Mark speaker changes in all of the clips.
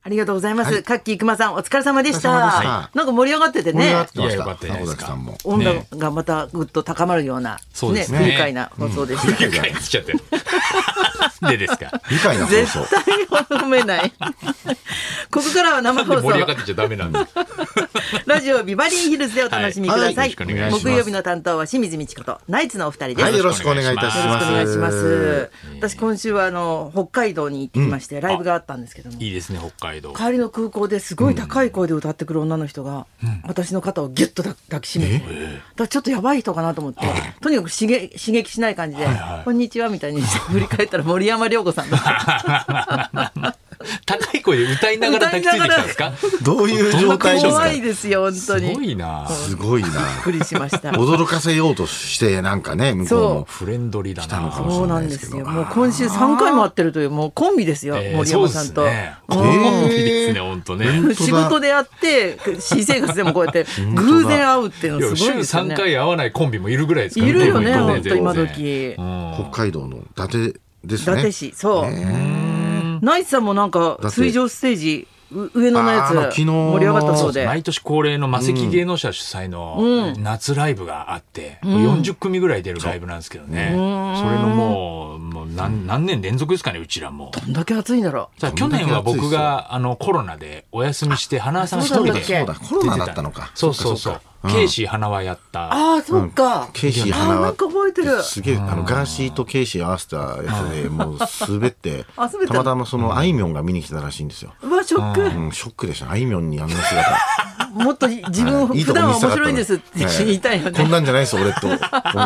Speaker 1: ありがとうございます。カッキー熊さん、お疲れ様でした。
Speaker 2: お疲れ様でした
Speaker 1: なんか盛り上がってて
Speaker 2: 盛り上が
Speaker 1: ね
Speaker 2: っ。てま
Speaker 3: いや
Speaker 2: した。
Speaker 3: よかったじゃない
Speaker 2: 箱
Speaker 3: です
Speaker 2: 崎
Speaker 3: か
Speaker 2: さんも。
Speaker 1: 温度がまたぐっと高まるような、
Speaker 3: そうですね
Speaker 1: 不愉快な放送で した。
Speaker 3: 不愉快になっちゃって。でですか。
Speaker 2: 愉快な放送。
Speaker 1: 絶対褒めない。 ここからは生
Speaker 3: で
Speaker 1: 放
Speaker 3: 盛り上が
Speaker 1: 送
Speaker 3: っ。てちゃダメなんで。
Speaker 1: ラジオビバリーヒルズでお楽しみくださ
Speaker 3: はい
Speaker 1: い。
Speaker 3: よろしくお願いします
Speaker 1: 木曜日の担当は清水美智子とナイツのお二人です。
Speaker 2: はい、よろしくお願いいたし
Speaker 1: よろし
Speaker 2: ま
Speaker 1: く
Speaker 2: す。
Speaker 1: お願いします。私今週はあの北海道に行ってきまして、ライブがあったんですけども。
Speaker 3: いいですね、北海道。
Speaker 1: 帰りの空港ですごい高い声で歌ってくる女の人が、私の肩をギュッと抱抱きしめて、だからちょっとやばい人かなと思って、とにかく刺激刺激しない感じで、こんにちはみたいにして振り返ったら森山良子さんだった。
Speaker 3: 高い声で歌いながら抱きついてきたんですか。
Speaker 2: どういう状態です
Speaker 1: 怖
Speaker 2: か
Speaker 1: いですよ、本当
Speaker 3: す
Speaker 1: に。
Speaker 3: ご
Speaker 1: びっ
Speaker 3: いな。
Speaker 2: すごいな。
Speaker 1: くりしま した。
Speaker 2: 驚かせようとして、なんかね、向こうも。
Speaker 3: フレンドリーだ
Speaker 2: のか
Speaker 3: な。
Speaker 2: も
Speaker 1: そうなんですよ。もう今週3回も会ってるという、もうコンビですよ、
Speaker 3: えー
Speaker 1: 森山さんと。
Speaker 3: そうですね
Speaker 1: うん
Speaker 2: えー
Speaker 3: いいですね、本当ね。
Speaker 2: うん
Speaker 1: 仕事で会って、私生活でもこうやって偶然会うっていう
Speaker 3: いや
Speaker 1: のすごい
Speaker 3: 週
Speaker 1: ですよ
Speaker 3: 三
Speaker 1: ね。
Speaker 3: 回会わないコンビもいるぐらいですから
Speaker 1: いるよね、
Speaker 2: 本当
Speaker 1: 本当今。
Speaker 3: 全然
Speaker 1: 時。
Speaker 3: うん
Speaker 2: 北海道の伊達です
Speaker 1: 伊
Speaker 2: ね。
Speaker 1: 達市、そう。
Speaker 3: うん
Speaker 1: ナイツさんもなんか
Speaker 2: だって
Speaker 1: 水上ステージう上野のや
Speaker 2: あ
Speaker 1: つ
Speaker 2: ーあの昨日の
Speaker 1: 盛り上がったそうで
Speaker 3: 毎年恒例の魔石芸能者主催の夏ライブがあって、40組ぐらい出るライブなんですけどね、それのもうもう何何年連続ですかねうちらも。
Speaker 1: どんだけ暑いんだろ
Speaker 3: さあ去年は僕があのコロナでお休みして花輪さん一人で出
Speaker 1: そう
Speaker 3: て
Speaker 2: だっ
Speaker 3: た
Speaker 2: たっけそうだコロナだったのか
Speaker 3: そうそうそ
Speaker 2: そっかそっ
Speaker 3: う
Speaker 2: かうん
Speaker 3: ケイシー花輪やった
Speaker 1: ああそっか、
Speaker 2: ケイシー
Speaker 1: あー
Speaker 2: 花
Speaker 1: な
Speaker 2: は
Speaker 1: んか覚えてる
Speaker 2: すげえ、あの、ガーシーとケイシー合わせたやつで、もう滑って、
Speaker 1: あ滑った
Speaker 2: たまたまその、あいみょんが見に来てたらしいんですよ。
Speaker 1: うわショック
Speaker 2: うん、ショックでした。あいみょんにあんな姿。
Speaker 1: もっと自分
Speaker 2: はいいい
Speaker 1: 普
Speaker 2: とこ
Speaker 1: 段は
Speaker 2: 見
Speaker 1: 面
Speaker 2: せたかったの
Speaker 1: 白いんですって言いたいよ
Speaker 2: こん
Speaker 1: ね
Speaker 2: なんじゃないです、俺と。こう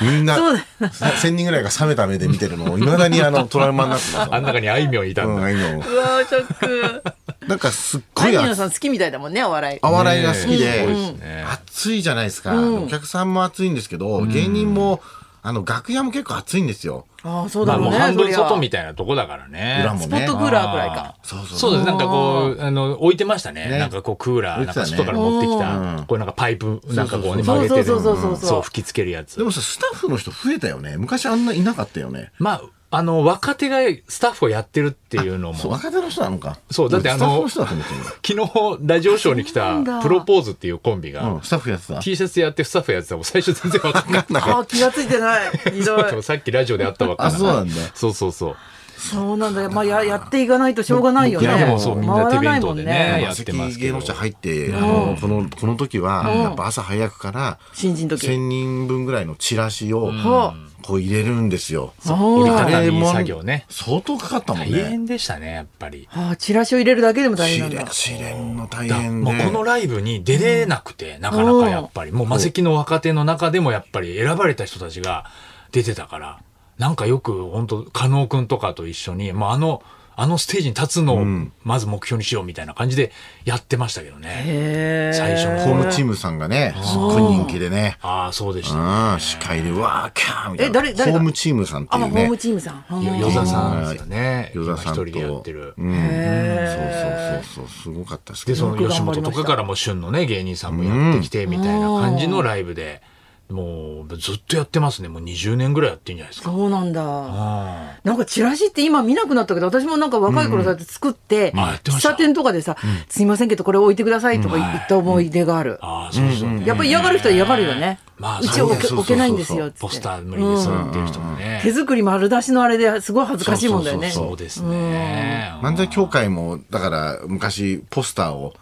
Speaker 2: みん な
Speaker 1: そうだ、
Speaker 2: 1000人ぐらいが冷めた目で見てるのを、いまだにあ の、トラウマになってます。
Speaker 3: あん中にあいみょんいた
Speaker 2: うんん、
Speaker 3: だ、
Speaker 2: あいみょ
Speaker 1: う
Speaker 2: ん。
Speaker 1: わショッ ク
Speaker 2: なんかすっご
Speaker 1: アイ
Speaker 2: い
Speaker 1: ミノ
Speaker 2: 熱
Speaker 1: さん好きみたいだもんねお笑い
Speaker 2: お笑いが好き
Speaker 3: ねえ
Speaker 2: で、
Speaker 3: すごいですね
Speaker 2: 暑いじゃないですか、お客さんも暑いんですけど、芸人も、あの、楽屋も結構暑いんですよ。
Speaker 1: ああそう
Speaker 3: ま
Speaker 1: だ
Speaker 3: あ
Speaker 1: ろ
Speaker 3: も
Speaker 1: う
Speaker 3: う
Speaker 1: ね
Speaker 3: 半
Speaker 1: そ
Speaker 3: 分
Speaker 1: りゃ
Speaker 3: 外みたいなとこだからね
Speaker 2: 裏も
Speaker 1: スポ
Speaker 2: ね
Speaker 1: ットクーラーくらいか
Speaker 2: そうそう
Speaker 3: そうです。なんかこう、あの、置いてましたね。
Speaker 2: ね
Speaker 3: なんかこう、クーラ
Speaker 2: 置
Speaker 3: ー、
Speaker 2: い
Speaker 3: なん
Speaker 2: てた
Speaker 3: か
Speaker 2: ね
Speaker 3: 外から持ってき
Speaker 2: う
Speaker 3: た
Speaker 2: ん、
Speaker 3: こうなんかパイプ、なんかこうね、
Speaker 1: そ
Speaker 3: 曲
Speaker 1: う
Speaker 3: げ
Speaker 1: そ
Speaker 3: て
Speaker 1: う
Speaker 3: る。
Speaker 1: そうそうそう
Speaker 3: そう、吹きつけるやつ
Speaker 2: で。もさ、スタッフの人増えたよね。昔あんないなかったよね。
Speaker 3: まあ、あの、若手がスタッフをやってるっていうのも、
Speaker 2: そう、
Speaker 3: 昨
Speaker 2: 若手の人なのか。
Speaker 3: そうだってあの
Speaker 2: スタッフの人だと思ってる
Speaker 3: 日、ラジオショーに来
Speaker 1: そうなん
Speaker 3: た
Speaker 1: だ、
Speaker 3: プロポーズっていうコンビ
Speaker 2: の。う
Speaker 3: が
Speaker 2: ん、、スタッフやってた。
Speaker 3: T シャツやってスタッフやってたもん最初全然わ かんなかっ
Speaker 1: ああ気がついてないひど
Speaker 3: た。
Speaker 1: い
Speaker 3: さっきラジオで会ったばっか
Speaker 2: あ、
Speaker 3: り
Speaker 2: そうなんだ。
Speaker 3: そうそうそう。
Speaker 1: そうなんだよまあややっていかないとしょうがないよね
Speaker 2: いや
Speaker 3: もうそうみんな手弁当でね
Speaker 1: 回らないもん
Speaker 3: やってます
Speaker 2: 芸
Speaker 3: けど
Speaker 2: 能者入って、あの、この、この時は、やっぱ朝早くから、
Speaker 1: 新人時
Speaker 2: 1000人分ぐらいのチラシを、
Speaker 1: は
Speaker 2: こう入れるんですよ。
Speaker 1: そう
Speaker 3: 折り
Speaker 1: あ
Speaker 3: た
Speaker 2: あれ
Speaker 3: たみ
Speaker 2: も
Speaker 3: 作業ね。
Speaker 2: 相当かかったも
Speaker 3: 大
Speaker 2: んね。
Speaker 3: 変でしたね、やっぱり。
Speaker 1: あチラシを入れるだけでも大変な
Speaker 2: 試
Speaker 1: んだ
Speaker 2: 練、試練の大
Speaker 3: だ
Speaker 2: 変
Speaker 3: もう
Speaker 2: で。
Speaker 3: このライブに出れなくて、なかなかやっぱり、もう魔石の若手の中でもやっぱり選ばれた人たちが出てたから、なんかよく本当加納くんとかと一緒に、もうあの、あのステージに立つのをまず目標にしようみたいな感じでやってましたけどね。
Speaker 1: へえ
Speaker 3: 最初の
Speaker 2: ホー
Speaker 3: 方も
Speaker 2: ムチームさんがね、すっごい人気でね。
Speaker 3: ああ、そうでし
Speaker 2: う
Speaker 3: た。
Speaker 2: ん、司会で、わー、キャーみたいな。
Speaker 1: え誰誰が
Speaker 2: ホームチームさんって
Speaker 1: あ、
Speaker 2: い
Speaker 1: まあ
Speaker 2: う
Speaker 1: ホーム
Speaker 2: ね。
Speaker 1: チームさん。
Speaker 3: よ
Speaker 1: うん
Speaker 3: よざさんですよね。
Speaker 2: 与
Speaker 3: 今
Speaker 2: 田さ
Speaker 3: 一
Speaker 2: んと。
Speaker 3: 人でやってる。
Speaker 2: うん
Speaker 1: へー
Speaker 2: そうそうそうそう、すごかったですけ
Speaker 3: で、
Speaker 2: ど。
Speaker 3: その吉本とかからも旬のね、芸人さんもやってきて、みたいな感じのライブで、もうずっとやってますね。もう20年ぐらいやってんじゃないですか。
Speaker 1: そうなんだ。
Speaker 3: ああ。
Speaker 1: なんかチラシって今見なくなったけど、私もなんか若い頃だって作って、
Speaker 3: んあやってま
Speaker 1: 喫
Speaker 3: した
Speaker 1: 茶店とかでさ、すいませんけどこれ置いてくださいとか言った思い出がある。
Speaker 3: ああ、そうそう、ね
Speaker 1: やっぱり嫌がる人は嫌がるよね。
Speaker 3: まあ
Speaker 1: うちは置け
Speaker 2: そうそうそうそう
Speaker 1: 置けないんですよっつって。
Speaker 3: ポスター無理にするっていう人もね。
Speaker 1: 手作り丸出しのあれですごい恥ずかしいもんだよね。
Speaker 2: そう
Speaker 3: そうですね。
Speaker 2: 漫才協会も、だから、昔、ポスターを、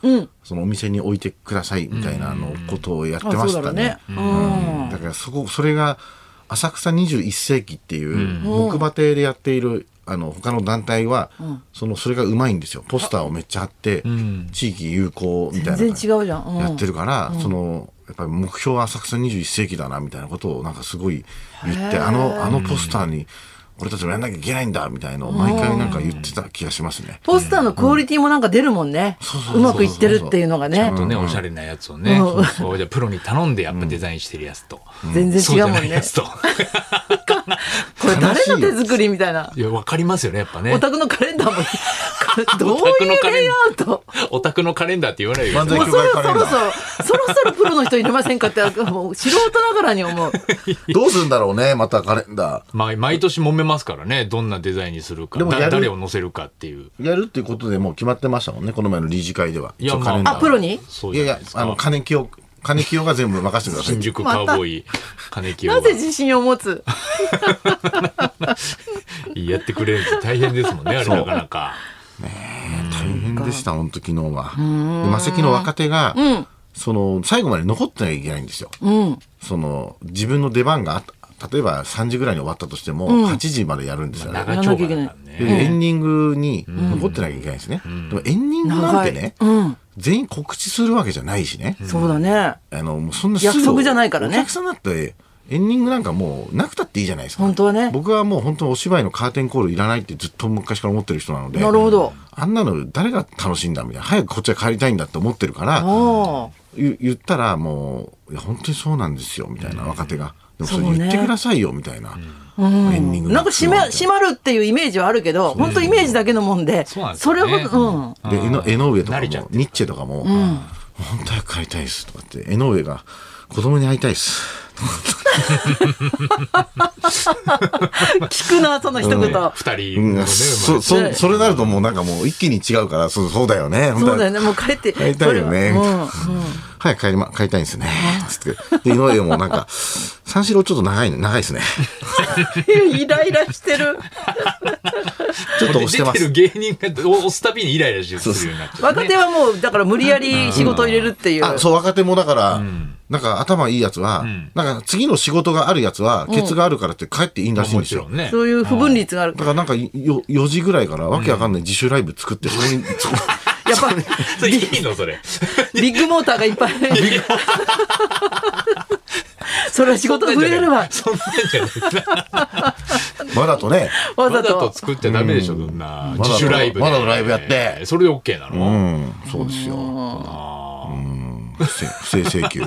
Speaker 2: そのお店に置いてください、みたいな、あの、ことをやってま
Speaker 1: あそう
Speaker 2: し
Speaker 1: だろ
Speaker 2: た
Speaker 1: う
Speaker 2: ね
Speaker 1: ね。。うん。
Speaker 2: だからそこそれが浅草21世紀っていう木馬亭でやっているあの他の団体は、そのそれがうまいんですよポスターをめっちゃ貼って、地域友好みたいな
Speaker 1: 全然違うじゃんうん
Speaker 2: やってるから、そのやっぱり目標は浅草21世紀だなみたいなことをなんかすごい言ってあのあのポスターに俺たちもやんなきゃいけないんだみたいのを毎回なんか言ってた気がしますね。
Speaker 1: ポスターのクオリティもなんか出るもんね
Speaker 2: そうそう。そうう
Speaker 1: まくいってるっていうのがね
Speaker 3: あ。とね、おしゃれなやつをね、そうそうじゃあプロに頼んでやっぱデザインしてるやつと。
Speaker 1: 全然
Speaker 3: そう
Speaker 1: 違
Speaker 3: じ
Speaker 1: う
Speaker 3: ゃ
Speaker 1: も
Speaker 3: なんい
Speaker 1: ね
Speaker 3: や。つと。
Speaker 1: これ誰の手作りみたいな。
Speaker 3: いや、わかりますよね、やっぱね
Speaker 1: お。宅のカレンダーもカ どういうレイアウト
Speaker 3: オタクのカレンダーって言わないよ
Speaker 2: 漫才
Speaker 1: もう
Speaker 2: 協
Speaker 1: そろそ
Speaker 2: 会カ レン
Speaker 1: ろ
Speaker 2: ダ
Speaker 1: そ
Speaker 2: ー
Speaker 1: ろそろそろプロの人いれませんかってもう素人ながらに思う
Speaker 2: どうするんだろうねまたカレンダ
Speaker 3: まあ、毎年揉めますからねどんなデザインにするか
Speaker 2: でもや
Speaker 3: だ
Speaker 2: る
Speaker 3: 誰を載せるかっていう
Speaker 2: ーやるっていうことでもう決まってましたもんねこの前の理事会では一応カレンダー
Speaker 1: あプロに
Speaker 3: そう
Speaker 2: い
Speaker 3: じ
Speaker 2: や
Speaker 3: ゃ
Speaker 2: い
Speaker 3: ない
Speaker 2: や
Speaker 3: ですか
Speaker 2: あの金清金清が全部任せてください
Speaker 3: 新宿カウボーイ金木
Speaker 1: なぜ自信を持つ
Speaker 3: やってくれるって大変ですもんねあれなかなか
Speaker 2: 大変でした本当昨日はでマセキの若手が、その最後まで残ってなきゃいけないんですよ、その自分の出番があった例えば3時ぐらいに終わったとしても、8時までやるんですよね、
Speaker 3: 長丁場だから
Speaker 2: で
Speaker 3: ね
Speaker 2: エンディングに残ってなきゃいけないんですね、でもエンディングなんてね、
Speaker 1: うん
Speaker 2: 全員告知するわけじゃないしね、
Speaker 1: そうだね
Speaker 2: あのもうそんな
Speaker 1: 約束じゃないからね
Speaker 2: お客さんだってエンディングなんかもうなくたっていいじゃないですか
Speaker 1: 本当はね
Speaker 2: 僕はもう本当お芝居のカーテンコールいらないってずっと昔から思ってる人なので
Speaker 1: なるほど
Speaker 2: あんなの誰が楽しいんだみたいな早くこっちは帰りたいんだって思ってるから
Speaker 1: あ
Speaker 2: ゆ言ったらもう「いや本当にそうなんですよ」みたいな若手が「でもそれ
Speaker 1: そうね
Speaker 2: 言ってくださいよ」みたいな、エンディン
Speaker 1: あ
Speaker 2: グ
Speaker 1: なんか閉め閉まるっていうイメージはあるけど本当イメージだけのもんで
Speaker 3: そうなんです
Speaker 1: そ
Speaker 3: よ
Speaker 1: れ
Speaker 3: ね
Speaker 1: を
Speaker 2: でえの江上とかも
Speaker 3: 慣れちゃって
Speaker 2: ニッチェとかも「本当は早く帰りたいです」とかって江上が「子供に会いたいです」
Speaker 1: うん聞くなその一言
Speaker 3: 二人
Speaker 2: う
Speaker 3: のね
Speaker 2: ん、そ、
Speaker 3: 生
Speaker 2: そ、それなるともうなんかもう一気に違うから、そうそうだよね。
Speaker 1: そうだよ
Speaker 2: ね。
Speaker 1: ねもう帰って
Speaker 2: 帰りたいよね
Speaker 1: それはうんうん
Speaker 2: 早く帰りま、帰りたいんですね。つって。で、井上もなんか、三四郎ちょっと長いね、長いですね。
Speaker 1: イライラしてる。
Speaker 2: ちょっと
Speaker 3: まれ
Speaker 2: 押してま
Speaker 3: 出
Speaker 2: す。
Speaker 3: てる芸人が押すたびにイライラするようになっちゃう
Speaker 1: 若手はもう、だから無理やり仕事を入れるっていう。
Speaker 2: あ、そう、若手もだから、なんか頭いいやつは、
Speaker 3: ん
Speaker 2: なんか次の仕事があるやつは、ケツがあるからって帰っていいらしいん
Speaker 3: も
Speaker 2: です
Speaker 3: ち
Speaker 2: よ
Speaker 3: ろ。んね
Speaker 1: そういう不分率がある
Speaker 2: だ。からなんかよ4時ぐらいからわけわかんない自主ライブ作って、それに、そこ
Speaker 1: やっぱ、
Speaker 3: それいいのそれ
Speaker 1: ビッグモーターがいっぱい。 それは仕事増えるわ。
Speaker 3: そんなんじゃない
Speaker 2: まだとね、
Speaker 1: わ
Speaker 3: わ
Speaker 1: ざ
Speaker 3: ざと
Speaker 1: と。
Speaker 3: 作っちゃダメでしょ、そんな。
Speaker 2: わざと
Speaker 3: 自主ライブで。
Speaker 2: わざとライブやって
Speaker 3: それで OK なの、
Speaker 2: うん、そうですよ。
Speaker 3: あー
Speaker 2: 不正不正請求。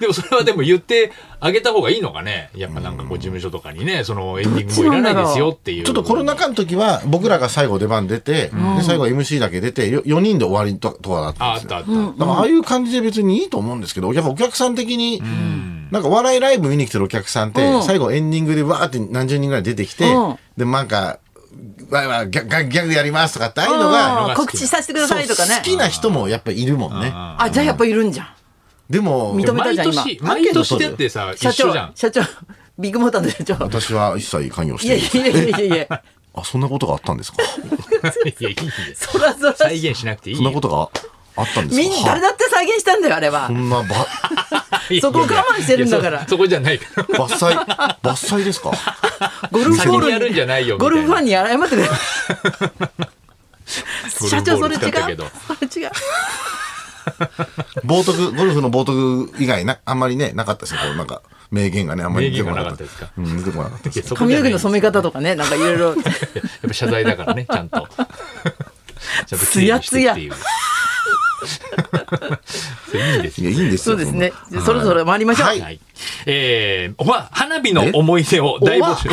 Speaker 3: でもそれはでも言ってあげた方がいいのかね。やっぱなんかこう事務所とかにね、そのエンディングもいらないですよっていう。
Speaker 2: ちょっとコロナ禍の時は僕らが最後出番出て、で最後 MC だけ出てよ4人で終わりととかだった
Speaker 3: あ
Speaker 2: ん
Speaker 3: あ
Speaker 2: です
Speaker 3: っ
Speaker 2: よ
Speaker 3: たあった。
Speaker 2: だからああいう感じで別にいいと思うんですけどやっぱお客さん的に、なんかお笑いライブ見に来てるお客さんって、
Speaker 1: うん
Speaker 2: 最後エンディングでわーって何十人ぐらい出てきて、
Speaker 1: うん
Speaker 2: でなんかわいわいギャギャグやりますとかってああいうの
Speaker 1: あ
Speaker 2: が
Speaker 1: ー告知させてくださいとか
Speaker 2: そう
Speaker 1: ね
Speaker 2: 好。きな人もやっぱいるもんね
Speaker 1: あ、じゃあやっぱいるんじゃん。
Speaker 2: でも
Speaker 1: 認めた
Speaker 3: 毎
Speaker 1: じゃん今
Speaker 3: 年、毎年だってさ、一
Speaker 1: 社
Speaker 3: 緒
Speaker 1: 長
Speaker 3: じゃ ん、。
Speaker 1: 社長、ビッグモーターの社長。
Speaker 2: 私は一切関与し
Speaker 1: いや
Speaker 2: て
Speaker 1: い
Speaker 2: ない
Speaker 1: やいやいやいや。
Speaker 2: あそんなことがあったんですか
Speaker 3: いや、いいよ
Speaker 1: そらそら。
Speaker 3: 再現しなくていい
Speaker 2: そんな
Speaker 3: よ。
Speaker 2: ことがあったんです
Speaker 1: み
Speaker 2: か
Speaker 1: んな、誰だって再現したんだよ、あれは
Speaker 2: こ。んなば
Speaker 3: いや
Speaker 1: そこ我慢してるんだから
Speaker 3: いやそそこじゃないから。
Speaker 2: 伐採、伐採ですか
Speaker 1: ゴルフ
Speaker 3: 先
Speaker 1: ボー
Speaker 3: にや
Speaker 1: ル
Speaker 3: るん
Speaker 1: に
Speaker 3: じゃないよ。
Speaker 1: ゴルフファンに
Speaker 3: に。
Speaker 1: 謝って くれ。社長、それ違う。
Speaker 3: ゴルフボール使ったけど
Speaker 1: それ違う。
Speaker 2: 冒涜、ゴルフの冒涜以外な、あんまりね、なかったですよ。こうなんか、名言がね、あんまり出てこなかった。
Speaker 3: 名言がなかっ
Speaker 2: う
Speaker 3: た
Speaker 2: ん、出てこなかったです。
Speaker 3: いやそこ
Speaker 1: 髪
Speaker 3: じゃ
Speaker 1: の
Speaker 3: な
Speaker 1: 毛
Speaker 3: い
Speaker 1: の染め方とかね、なんかいろいろ。
Speaker 3: やっぱ謝罪だからね、ちゃ んと。ちゃんと
Speaker 1: つやつや
Speaker 3: 綺麗にしてっていう それいいです
Speaker 2: い
Speaker 3: よ
Speaker 2: や、いいんです
Speaker 1: そ
Speaker 2: よ。
Speaker 1: うですね。
Speaker 2: ん
Speaker 1: じゃ
Speaker 2: な
Speaker 1: あそろそろ回りましょう。
Speaker 2: はい
Speaker 3: はい。えー、おば、花火の思い出を大募集。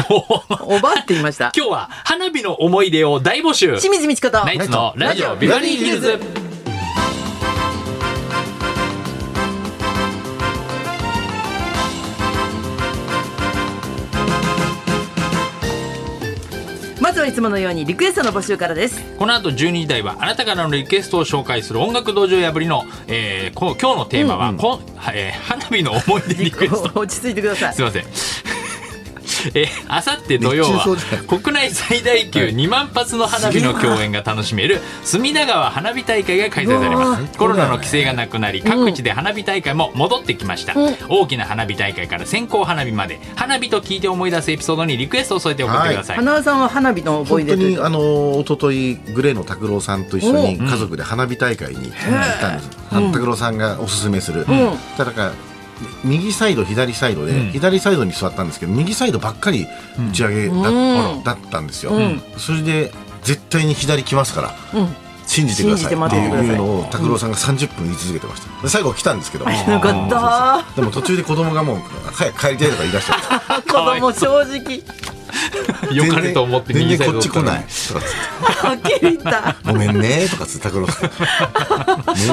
Speaker 1: おばあって言いました。
Speaker 3: 今日は花火の思い出を大募集。
Speaker 1: 清水美智子と。
Speaker 3: ナイツのラジオビバリーヒルズ。
Speaker 1: まずはいつものようにリクエストの募集からです。
Speaker 3: この後12時台はあなたからのリクエストを紹介する音楽道場破りの、えー、こ今日のテーマは、こんえー花火の思い出リクエスト。
Speaker 1: 落ち着いてください
Speaker 3: すい。ません。 えあさって土曜は
Speaker 2: 熱中症じゃな
Speaker 3: 国内最大級2万発の花火の共演が楽しめる隅田川花火大会が開催されますコロナの規制がなくなり各地で花火大会も戻ってきました、大きな花火大会から線香花火まで花火と聞いて思い出すエピソードにリクエストを添えて送ってください、
Speaker 1: 花輪さんは花火の思い出
Speaker 2: 本当
Speaker 1: とい
Speaker 2: に
Speaker 1: う
Speaker 2: あの一昨日グレーの拓郎さんと一緒に家族で花火大会に行ったんです拓郎さんがおすすめする、ただから右サイド左サイドで、
Speaker 3: うん
Speaker 2: 左サイドに座ったんですけど右サイドばっかり打ち上げだ,、
Speaker 1: うん
Speaker 2: あらだったんですよ、
Speaker 1: ん
Speaker 2: それで絶対に左来ますから
Speaker 1: うん。
Speaker 2: 信じてくださ
Speaker 1: 信じ
Speaker 2: い
Speaker 1: て
Speaker 2: っ
Speaker 1: 待
Speaker 2: て
Speaker 1: っててください
Speaker 2: いうのを拓郎さんが30分言い続けてましたで最後来たんです けど
Speaker 1: よか
Speaker 2: でも途中で子供がもう早く帰りたいとか言い出しちゃった
Speaker 1: った。子供正直。
Speaker 3: 良かれと思って
Speaker 2: 全
Speaker 3: 右
Speaker 2: 然
Speaker 3: サイ
Speaker 2: こ
Speaker 3: ド
Speaker 2: っ
Speaker 3: だ
Speaker 2: ち来
Speaker 3: った
Speaker 2: な
Speaker 3: のに
Speaker 2: いとかつっ
Speaker 1: はっ
Speaker 2: て
Speaker 1: きり言った。
Speaker 2: ごめんねとかつって 拓郎さんも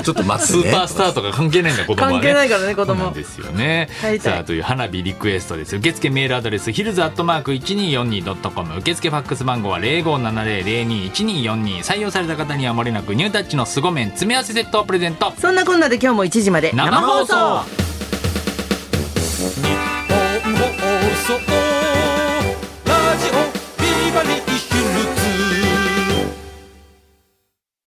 Speaker 2: うちょっと待って
Speaker 3: ス
Speaker 2: ね
Speaker 3: ーパースターとか関係ないんだ子供はね
Speaker 1: 関係ないからね子
Speaker 3: そう
Speaker 1: 供
Speaker 3: なんですよね
Speaker 1: 買いたい
Speaker 3: さあという花火リクエストです受付メールアドレスヒルズアットマーク 1242.com 受付ファックス番号は0570021242採用された方にはもれなくニュータッチの凄麺詰め合わせセットをプレゼント
Speaker 1: そんなこんなで今日も1時まで
Speaker 3: 生放送